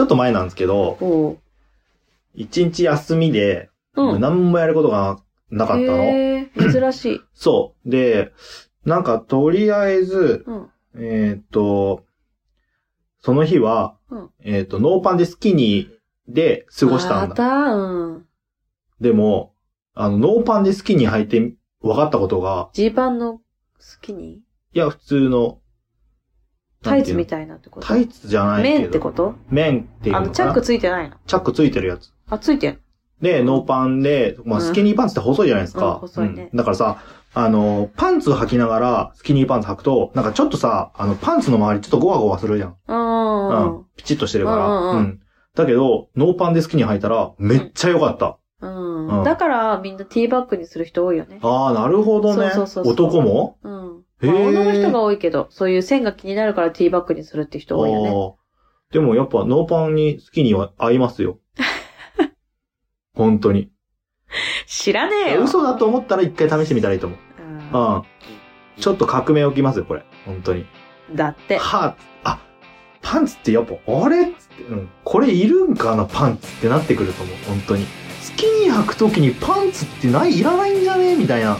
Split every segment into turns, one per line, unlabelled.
ょっと前なんですけど、
おう。
一日休みで、もう何もやることがなかったの。
へー珍しい。
そう。で、なんかとりあえず、
うん。
えーっと、その日は、
うん
えーっと、ノーパンでスキニーで過ごしたん
ま
だ。
た、うん。
でも、あの、ノーパンでスキニー履いて分かったことが、
ジーパンのスキニ
いや、普通の、
ータイツみ
たい
たいなってこ
うの。
と
タイツじゃないけど。
面ってこと
面っていう
あ
のか
の、
な
チャックついてないの
チャックついてるやつ。
あ、ついてん
で、ノーパンで、まあ、
うん
スキニーパンツって細いじゃないですか。
うん細いね
だからさ、あの、パンツ履きながら、スキニーパンツ履くと、なんかちょっとさ、あの、パンツの周りちょっとゴワゴワするじゃん。
の
ピチッとしてるから。
うんうんうん
だけど、ノーパンでスキニー履いたら、めっちゃ良かった。
う
う
ん。うんん。だから、みんなティーバッグにする人多いよね。
ああ、なるほどね。
そうそうそうそう
男も
うん。
へー
まあ女の人が多いけど、そういう線が気になるからティーバッグにするって人多いよね。
あーでもやっぱノーパンにスキニーは合います よ。本当に。
知らねえよ。
嘘だと思ったら一回試してみたらいいと思う。
うん
うん。ちょっと革命起きますよ、これ。本当に。
だって。
はあ、あ、パンツってやっぱ、あれっつって、うん。これいるんかな、パンツってなってくると思う、本当に。スキニー履くときにパンツってない、いらないんじゃねみたいな、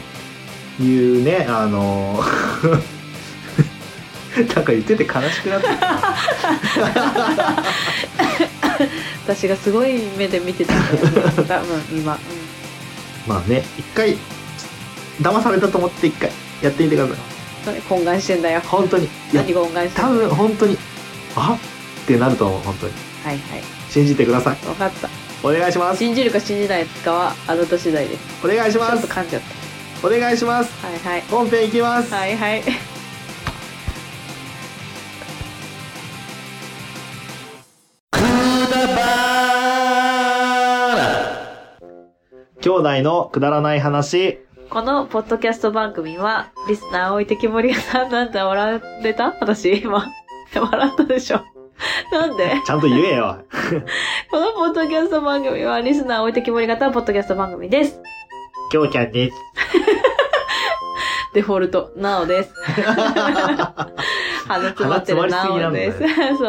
いうね、あのー なんか言ってて悲しくなってきた。
私がすごい目で見てたんだよ。多分、今。う
まあね、一回、騙されたと思って一回、やってみてください。
ん。何懇願してんだよ。
本当に。いや
何、が懇願してんだ
多
よ。
分本当に、あってなると思う、本当に。
はいは
信じてください。
い。わかった。
お願いします。
信じるか信じないかは、あなた次第です。
お願いし
ちょ
ま
っと
す。
噛んじゃっ
お願いします。
た。はいはい。
本編いきます。
はいはい。
兄弟のくだらない話。
このポッドキャスト番組は、リスナー置いてきぼり屋さんなんて笑ってた私今。 笑ったでしょ。なんで
ちゃんと言えよ。
このポッドキャスト番組は、リスナー置いてきぼり型ポッドキャスト番組です。
きょうちゃんです。
デフォルト、な おです。鼻詰まってるなおです。 そう。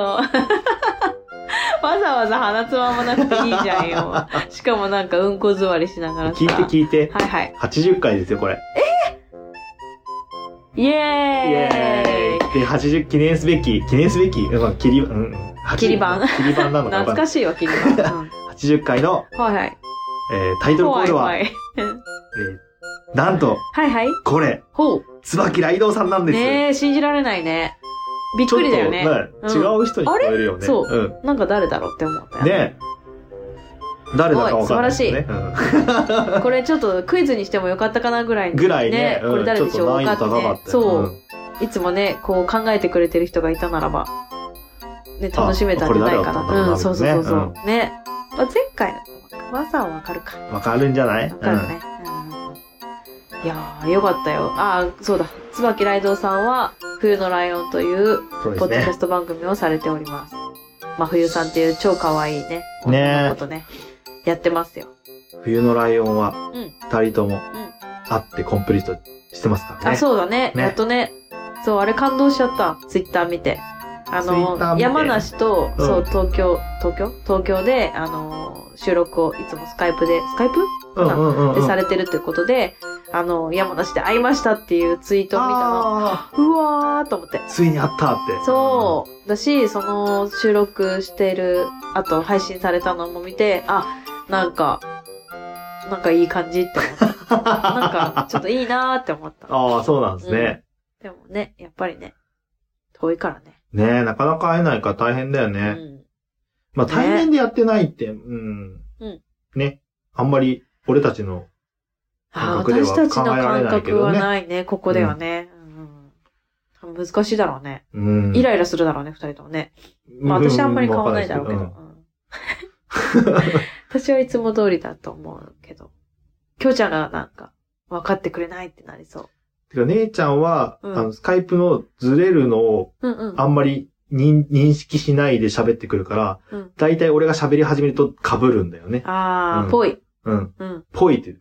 わざわざ鼻つままなくていいじゃ んよ。しかもなんかうんこ座りしながらさ。
聞いて聞いて。
はいはい。
80回ですよ、これ。
イエ
イ
ー
ー
イ
イで、80記念すべき、記念すべき、うん、切り、うん、80
切り番
切り番なのかわかんな
懐
い
かしいわ、君は。
80回の、
うん、はいはい。
えータイトルコー
怖い
ルは、
怖い。
えーなんと、
はいはい。
これ、
ほ
椿雷道さんなん
う。
です。
ねえ、信じられないね。びっくりだよね。
ちょっと、ね違う人に聞こえるよ
あ
ね。
れそ
うん。
なんか誰だろうって思ったよ。
ねえ誰だかわかんない、ね。
すごい素
うん
これちょっとクイズにしてもよかったかなぐらいの
ぐらいね
ね
うん
これ誰でしょ
ちょっ
う
と難易度高かったよ
そうんいつもね、こう考えてくれてる人がいたならば、ね、楽しめたんじゃないか
あこれ誰だったんだろう
な。
な
うん、そうそうそうそう。
み
ね。まあ、前回の、マーさんはわかるか。わ
わかるんじゃない
かるね。うんいやー、よかったよ。あー、そうだ。椿ライドウさんは、冬のライオンという、
うん、そうです
ポッドキャ
ね
ス。ト番組をされております。真冬さんっていう超可愛いね、
ね
女の子とね、やってますよ。
冬のライオンは
うん、
二人とも、会ってコンプリートしてますからね。
あ、そうだね。
ね
やっとね。そう、あれ感動しちゃった。ツイッター見て。あ
Twitter 見
の、
て
山梨と、
うん
そう、東京、東京東京で、あの、収録をいつもスカイプで、スカイプ
うんうんうんうん。
でされてるということで、あの、山梨で会いましたっていうツイートを見たの。
あ
うわーと思って。
ーついに会ったって。
そう。だし、その収録してる、あと配信されたのも見て、あ、なんか、なんかいい感じって思った。
うん。なん
なんか、ちょっといいなーって思った。
ああ、そうなんですね。
でもね、やっぱりね、遠いからね。
ねえ、なかなか会えないから大変だよね。まあ、
ね
対面でやってないって、うん。
うん
ね。あんまり、俺たちの、
ああ
感覚では
私たちの
考えられ
感
ないけ
覚
ど
は
ね
ないね、ここではね。うんうん難しいだろうね。
うん。
イライラするだろうね、二人ともね。
うん、
まあ私はあんまり変わらないだろうけど。
わ
う
か
ん
んない
私はいつも通りだと思うけど。きょうちゃんがなんか、分かってくれないってなりそう。
ですけどてか、姉ちゃんは、
うん
あの、スカイプのずれるのを、
うんうん。
あんまり認認識しないで喋ってくるから、
うん
だいたい俺が喋り始めると被るんだよね。
あ
うん
ー、ぽい。
うん。
うん。
ぽいって。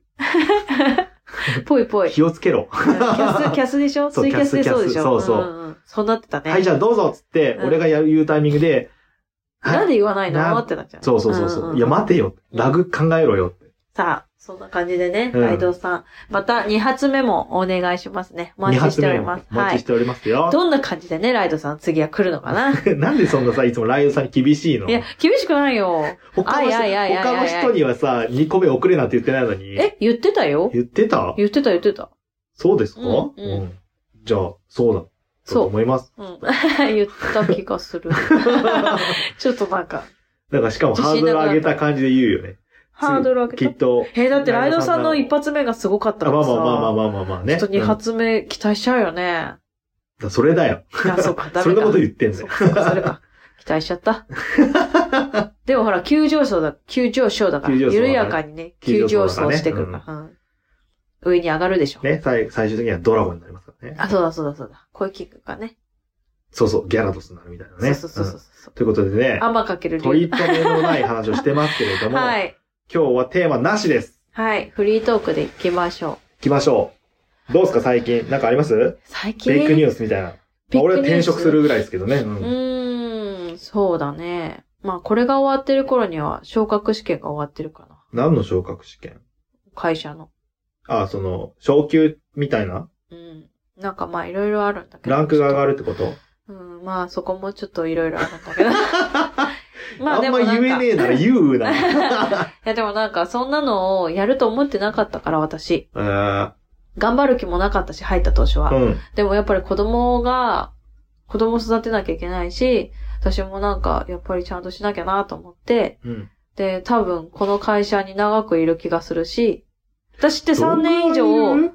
ぽ いぽい。キ
気をつけろ。
ャス、キャスでしょ
そう
ツイキャスでそうでし
キャス
ょ
キャスそうそうん
んんそうなってたね。
はい、じゃあどうぞっつって、
うん
俺がやる言うタイミングで、はい
なんで言わないの
な
ってなっちゃう。
そうそうそうそう、
んんん
いや、待てよ。ラグ考えろよって。
さあ、そんな感じでね、
うん
ライドウさん。また2発目もお願いしますね。お待ちしております。
二発目もお
は
待ちし
い。
ておりますよ。
どんな感じでね、ライドさん次は来るのかな い
なんでそんなさ、いつもライオンさんに厳しいの
や、厳しくないよ。
他の人、
あいやいやいやいや
他の人にはさ、2個目遅れなんて言ってないのに。
え、言ってたよ
言ってた
言ってた言ってた。
そうですか、
うんうん
じゃあ、そうだ。そう
そ
思います。
う。うん。 言った気 がする。ちょっとなんか、
だからしかもハードル上げた感じで言うよね。
ハードル上
き
げ。
ったと。
え、だってライドさんの一
発
発目がすごかった
まあ
か
ま
ら
あ
さ。
まあまあまあまあまあね。
ちょっと2
うん
発目期待しちゃう よね。
だそれだよ。
いや、そうか、ダメだ。
それのこと言ってんだ
そ
よ
う。か、そうか、それか。期待しちゃ った。でもほら、急上昇だ、急上昇だから、
急上昇だね
緩やかにね、急
急
上
上昇だ
昇
ね
してくるから、うん上に上がるでしょ。
ね、最最終的にはドラゴンになりますからね。
あ、そうだそうだそうだ。声キックがね。
そうそう、ギャラドスになるみたいなね。
そうそうそう
うん
そう。
ということでね
う、雨かける
取
竜。
り留めのない話をしてますけれども、
はい。
今日はテーマなしです。
はい。フリートークで行きましょ
行きましょう。どうですか最近なんかあります
う。最近。
フェイクニュースみたいな。ま
ビッ
あ、
グ
俺は
ニュー
転
ス
職するぐらいですけどね。うん
うーん、そうだね。まあ、これが終わってる頃には、昇格試験が終わってるかな。
何の昇格試験
会社の。
あ、その、昇級みたいな
うん。なんかまあ、いろいろあるんだけど。
ランクが上がる
る。
ってこと
うん、まあ、そこもちょっといろいろあるんだけ ど。ま
あ
あ、
ん
でも
ま
なんか。
言えね
い
えなら言うな。
や、でもなんか、そんなのをやると思ってなかったから、私。
えー
頑張る気もなかったし、入った当初は。
うん。
でもやっぱり子供が、子供育てなきゃいけないし、私もなんか、やっぱりちゃんとしなきゃなと思って、
うん。
で、多分この会社に長くいる気がするし、私って3年以
どんぐらいい
上、
る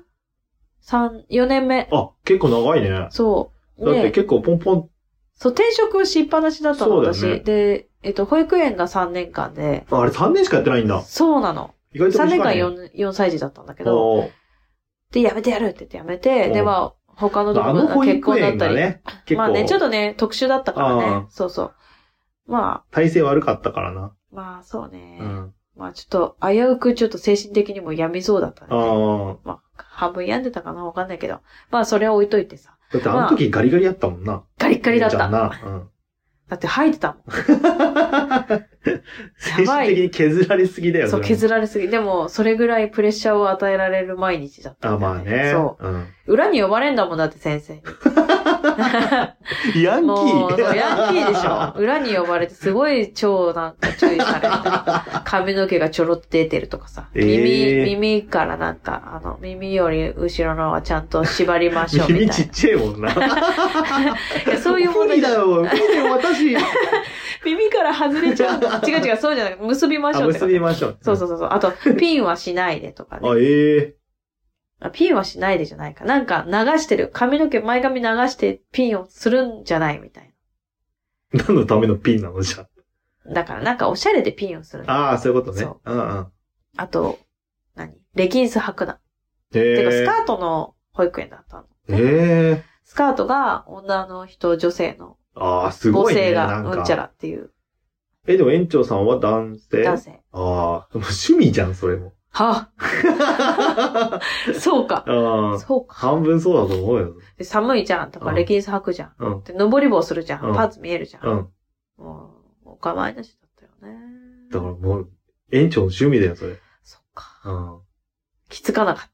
三4年目、
あ、結構長いね。だ
そう。
って
ね、
結構ポンポン。
そう、転職しっぱなしだったの、
そうだよ
私。
ね
で、えっと、保育園が3年間で、
ああれ3年しかやってないんだ。
そうなの。
意外と
3年
短
間
い、ね。
4, 4歳児だったんだけど、
おー
で、やめてやるって言ってやめて、
うん
で、まあ、他のとこ
あの
ろ
保
結
育
婚だっ
園
た
が
り、
ね、結
まあね、ちょっ
構、
とね、特殊だったから
あ
ね
あ。
そうそう。ま
体制悪かったからな。
あ、まあそうね。
うん。
まあちょっと、危うくちょっと精神的にも病みそうだった
あ
ね。
あ。
まあ、半分病んでたかなわかんないけど。まあそれは置いといてさ。
だってあの時ガリガリやったもんな。
ガリッガリだっ
じゃ
た。
あ
だ
な。 うん。
って吐いてたもん。
精神的に削られすぎだよ
そう、
れ
削られすぎ。でも、それぐらいプレッシャーを与えられる毎日だった
あ、
んだよ、
まあね。
そ
うん。
う。裏に呼ばれんだもんだって先生に。
ヤンキ
も
ー
う、そうヤンキーでしょ。裏に呼ばれて、すごい超なんか注意されて、髪の毛がちょろっと出てるとかさ。
えー
耳、耳からなんか、あの、耳より後ろのはちゃんと縛りましょうみ
君
た
ち
い
っちゃいもんな。
な。いやそういう問
無
題
理
じゃ
だ
ない
よ。無理だよ、私。
耳から外れちゃう。違う違う、そうじゃなくて、結びまし
あ、
ょうって
結
こと
び。ましょう。
そうそうそうそう。あと、ピンはしないでとかね。
あ、ええ
あピンはしないでじゃないか。なんか流してる。髪の毛、前髪流してピンをするんじゃないみたい
何のためのピンなのじゃ
な。だからなんかおしゃれでピンをする。
あ。ああ、そういうことね。
そう
うんうん。
あと、何レギンス履くな。
え
てか、ス
え
カートの保育園だったの。
ええ
スカートが女の人、女性の
ああ、すご
母
いね。
性
な
が
ん
う
か。
んちゃらっていう
え、でも園長さんは男性
男性。
ああ、もう趣味じゃん、それ も。
は
あ
あ、そうか。
あ。
そうか。
半分そうだと思うよ。
で寒いじゃん。だから
うん
レギンス履くじゃん。
うん。
で、登り棒するじゃ。
うんん
パンツ見えるじゃ。
うんん。
もう、お構いなしだったよね。
だからもう、園長の趣味だよ、それ。
そっか。
うん。
気づかなかっ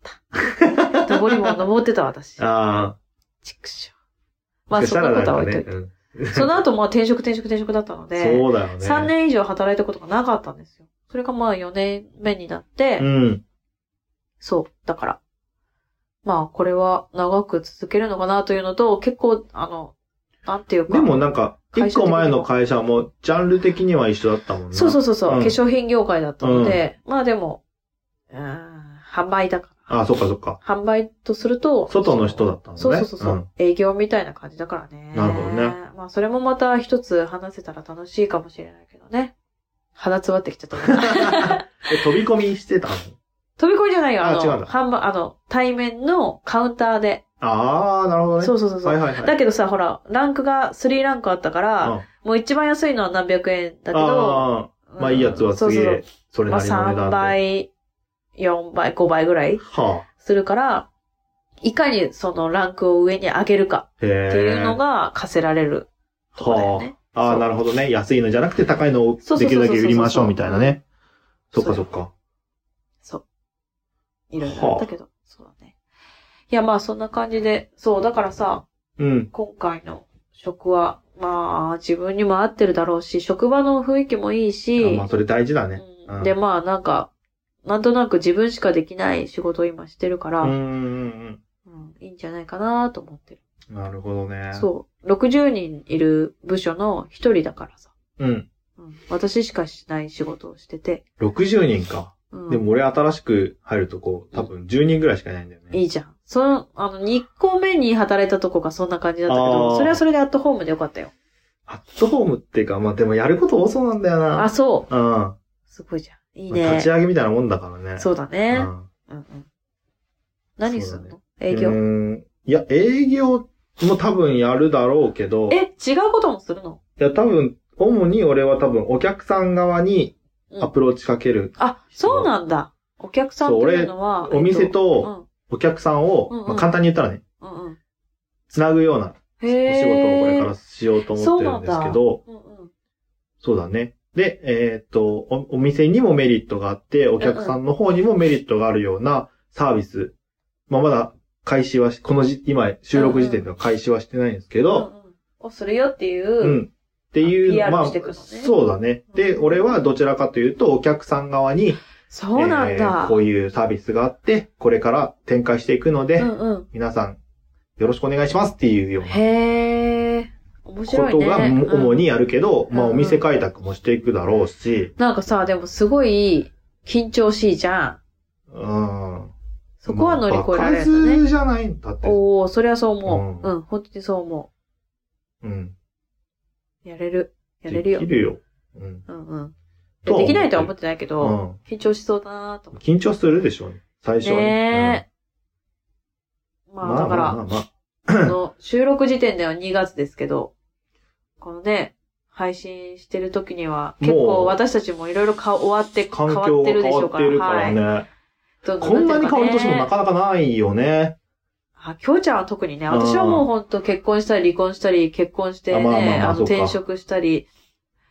た。 登り棒登ってた私。
ああ。
ちくしょう。まあ、そんなことは置いといて。
うん
その後、まあ、転職、転職、転職だったので。
そうだよね。
3年以上働いたことがなかったんですよ。それがまあ4年目になって、
うん。
そう、だから。まあこれは長く続けるのかなというのと、結構、あの、なんていうか。
でもなんか、
会
一
社的には
個前の会社も、ジャンル的には一緒だったもんな。
そうそうそうそう、
うん
化粧品業界だったので、まあでも、うーん、販売だから。
ああ、そっかそっか。
販売とすると、
外の人だったのね
そうそうそうそう、
うん
営業みたいな感じだからね。
なるほどね。
まあそれもまた一つ話せたら楽しいかもしれないけどね。鼻つわってきち ゃったな。
え、飛び込みしてたの
飛び込みじゃないよ。あの、
あ違うんだ
販売、あの、対面のカウンターで。
ああ、なるほどね。
そうそうそうそう。
はいはいはい。
だけどさ、ほら、ランクが3ランクあったから、
うん
もう一番安いのは何百円だけど、
あ
う
あ、
ん
まあいいやつはすげ
そうそう
え、そ
そう
れ
ま
な
あ
りの値段
3
で。
倍、4倍、5倍ぐらい
はあ。
するから、いかにそのランクを上に上げるか
へえ。
っていうのが課せられるとこだよね。
あ
そ
あ、
う
なるほどね。安いのじゃなくて高いのを
そうそうそう
できるだけ売りましょうみたいなね。そ
そう
っ
そうそ
か
う
そっか。
そういろいろあったけど、そうだね。いや、まあそんな感じで、そう、だからさ、
うん。
今回の食は、まあ自分にも合ってるだろうし、職場の雰囲気もいい
あ
し
まあ、、それ大事だね。
う
うんん
で、まあなんか、なんとなく自分しかできない仕事を今してるか
う
ら、
んうん
うんいいんじゃないかなと思ってる。
うん。なるほどね。
そう。60人いる部署の一人だからさ。
う。うん。
うん、私しかしない仕事をしてて。
60人か。
うん、
でも俺新しく入るとこ、多分10人ぐらいしかいないんだよね。
いいじゃん。その、あの、2個目に働いたとこがそんな感じだったけ
あー
ど、それはそれでアットホームでよかったよ。
アットホームっていうか、まあでもやること多そうなんだよ
あ、
な。
そ
うん。ま
う。すごいじゃん。いい
あ立
ね
ち。上げみたいなもんだからね。
そううだね。
ん
うんうん。何すんの、
そ
営業
う。ーんいや、営業も多分やるだろうけど、い
え、違うこともするの
や多分、主に俺は多分お客さん側に
うん
アプローチかける。
あ、そうなんだ。お客さんっていうのは。
お店と
えっ
お客さんを、
うんうん
まあ、簡単に言ったらね、
と、うん、うんうん。
つなぐような
へ
お仕事をこれから
ら。
しようと思ってるんですけど、
うんうん。
そうだね。で、えーっとお、お店にもメリットがあって、お客さんの方にもメリットがあるようなサービス。まあ、まだ開始はし、このじ、今、収録時点では開始はしてないんですけ
うんう
ど、
んをするよっていうう。
ん。っていう、
PR
まあ、
していくのね
そうだね。で、
うん
俺はどちらかというと、お客さん側に、
そうなん
えー
だ。
こういうサービスがあって、これから展開していくので、
うんうん。
皆さん、よろしくお願いしますっていうような
へえ。面白
こ
い
と
ね。
が
う
主
ん
にやるけど、まあ、
うん
お
うん
店開拓もしていくだろうし、
なんかさ、でもすごい緊張しいじゃん。
うん。
そこは乗り越えられる
まあ
の
場
ね。
数じゃないんだって。
おおそれはそう思う。
う
うん、本当にそう思
うん。
う。やれる。やれるよ
で。きるよ。うん。
うんうん。
とは思ってる
できないとは思ってないけ
う
ど、
ん。
緊張しそうだなと思っ
緊張するでしょうね。最初
て。
は
ねえ。
うん
まあ、だか
まあ
ら、
まあまあ
この収録時点では2月ですけど、このね、配信してる時には、結
もう
構私たちもいろいろか終わって、変
環
わ
境
っ
が
てるで
変
し
わ
ょう
っ
か
て
ら。
るからね。
はい。どど
こんなに変わる年もな
か
かなかないよね。
あ、きょうちゃんは特にね、
うん
私はもうほんと結婚したり離婚したり、結婚して
あまあまあ
ね、
まあ
あの
そうか
転職したり、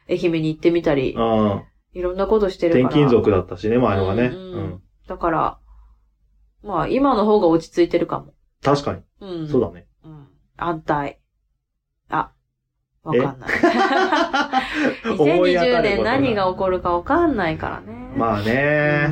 愛媛に行ってみたり
う、ん。
いろんなことしてるか
転
ら。
勤族だったしね、前のがね。う
うんうん
ん。
だから、まあ今の方が落ち着いてるかも。
確か
うん。
に。そうだ ね。
うん。安泰。あ、わかんない。2020年 何が起こるかわかんないからね。
まあ
あ
ね、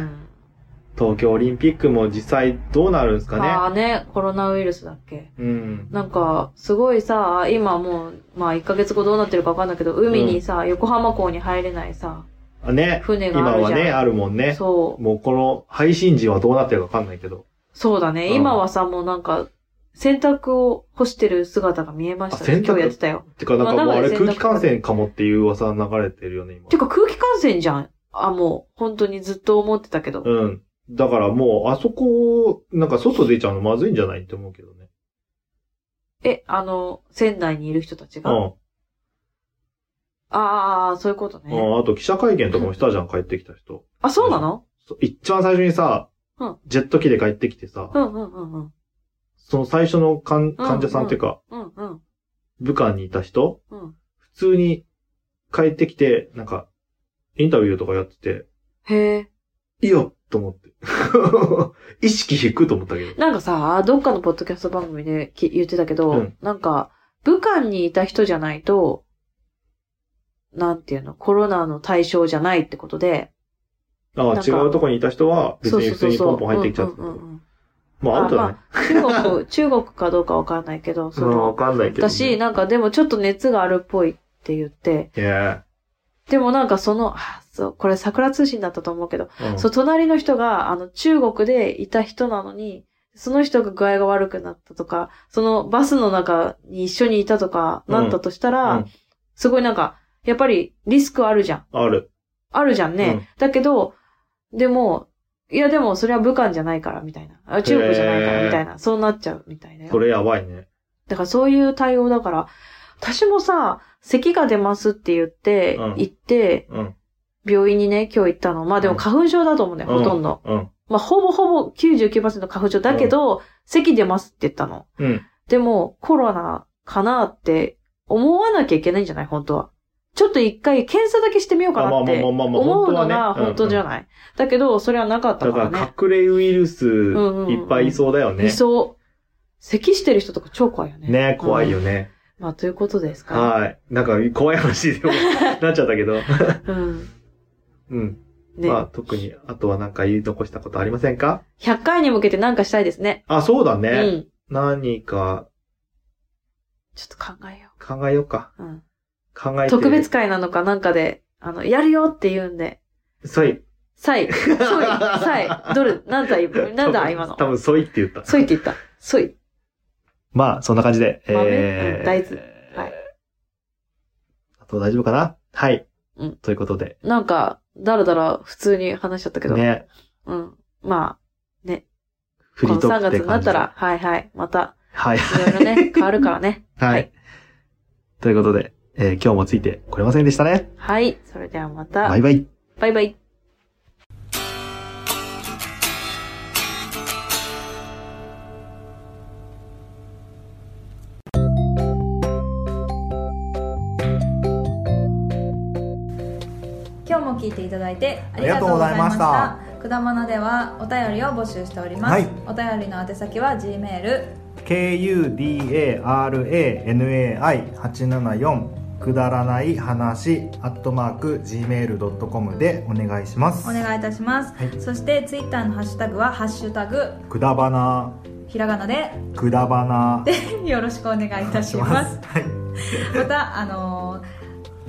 東京オリンピックも実際どうなるんです
あ
か
あね、コロナウイルスだっけ
ね。うん。
なんか、すごいさ、今もう、まあ1ヶ月後どうなってるかわかんないけど、海にさ、横浜港に入れないさ、
あね、
船が
今
ある
は
じゃん。
ね、あるもんね。
そう。
もうこの配信時はどうなってるかわかんないけど。
そうだね。
うん
今はさ、もうなんか、洗濯を干してる姿が見えました
あ洗
ね。
濯
今日やってたよ。
てか、なんかもう
まあ
あれ
生で
空気感染かもっていう噂流れてるよね、今
て。か空気感染じゃん。あ、もう、本当にずっと思ってたけど。
うん。だからもう、あそこ、なんか外出ちゃうのまずいんじゃないって思うけどね。
え、あの、仙台にいる人たち
う
が。
ん。
ああ、そういうこと
う
ね。
んあと記者会見とかもしたじゃん、帰ってきた人。
あ、そうなの
そ一番最初にさ
うん、
ジェット機で帰ってきてさ
う、んうんうんうん。
その最初の患患者さんっていうか、
うんうん
武漢にいた人、
うん。
普通に帰ってきて、なんか、インタビューとかやってて、
へえ。
いいよと思って。 意識低いと思ったけど。
なんかさ、どっかのポッドキャスト番組でき言ってたけど、
うん
なんか、武漢にいた人じゃないと、なんていうの、コロナの対象じゃないってことで、
あ
な
あ、
ん
違
か
うとこにいた人は、別
そう
に
そう
普通
そう
に
そ
ポ
う。
ンポン入ってきちゃって
うんうんうんうん
まあ、アウトだね。
中国、中国かどうかわかんないけど、そ
まあ、わ
の、
かんないけど、ね。
だし、なんかでもちょっと熱があるっぽいって言って、
いや
でもなんかその、あそう、これ桜通信だったと思うけど、
うん
そう、隣の人が、あの、中国でいた人なのに、その人が具合が悪くなったとか、そのバスの中に一緒にいたとか、なったとしたら、
うん
すごいなんか、やっぱりリスクあるじゃん。
ある。
あるじゃんね。
うん
だけど、でも、いやでもそれは武漢じゃないから、みたいな。あ中国じゃないか
へー
ら、みたいな。そうなっちゃう、みたいな
そ
よ。
れやばいね。
だからそういう対応だから、私もさ、咳が出ますって言って、
うん
行って、
うん。
病院にね、今日行ったの。まあでも花粉症だと思うんだよ、
うん
ほとんど。
うん。
まあ、ほぼほぼ99%花粉症だけど、咳出ますって言ったの。
うん。
でも、コロナかなって思わなきゃいけないんじゃない本当は。ちょっと一回検査だけしてみようかなって
あまあまあまあまあ
思うのが
本当はね
本当じゃない。だけど、それはなかった
だ
からね。
から隠れウイルス
んうんうん
いっぱいいそうだよね
い。そう。咳してる人とか超怖いよね。
ね、怖いよね。
まあ、ということですか、
はい。なんか怖い話でもなっちゃったけ ど。
うん。
うん。
ね、
まあ特に、あとはなんか言い残したことありませんか
100回に向けて何かしたいですね。
あ、そうだね。
うん。
何か
ちょっと考えよ
考えようか。
う。うん。
考えて。
特別会なのかなんかで、あの、やるよって言うんで。
ソイ。
サイ、ソイ、サイ、どれ、なんだ、な んだ、今の
多。分ソイって言った。
ソイって言った。ソイ。
まあ、そんな感じで。
豆
え
う
ー、
ん大豆はい
あと大丈夫かなはい。
うん
ということで。
なんか、だらだら普通に話しちゃったけど。
ね。
うん。まあ、
フリ
こ
ー
の
トー
3
クって感じ
月
で
になった。ら、はいはい、また、
はい。
いろいろね、変わるからね。
は
はいい。
ということで、えー今日もついてこれませんでしたね。
はい。それではまた。
バイバイ。
バイバイ。
今日も聞いていただいてありがとうございましたくだまなではお便りを募集しております、
はい
お便りの宛先は G メール
kudaranai874 くだらない話アットマーク gmail.com でお願いします
お願いいたします、
はい
そしてツイッターのハッシュタグは「ハッシュタグ
くだばな
ひらがなで
くだばな」
でよろしくお願いいたします
はい
またあのー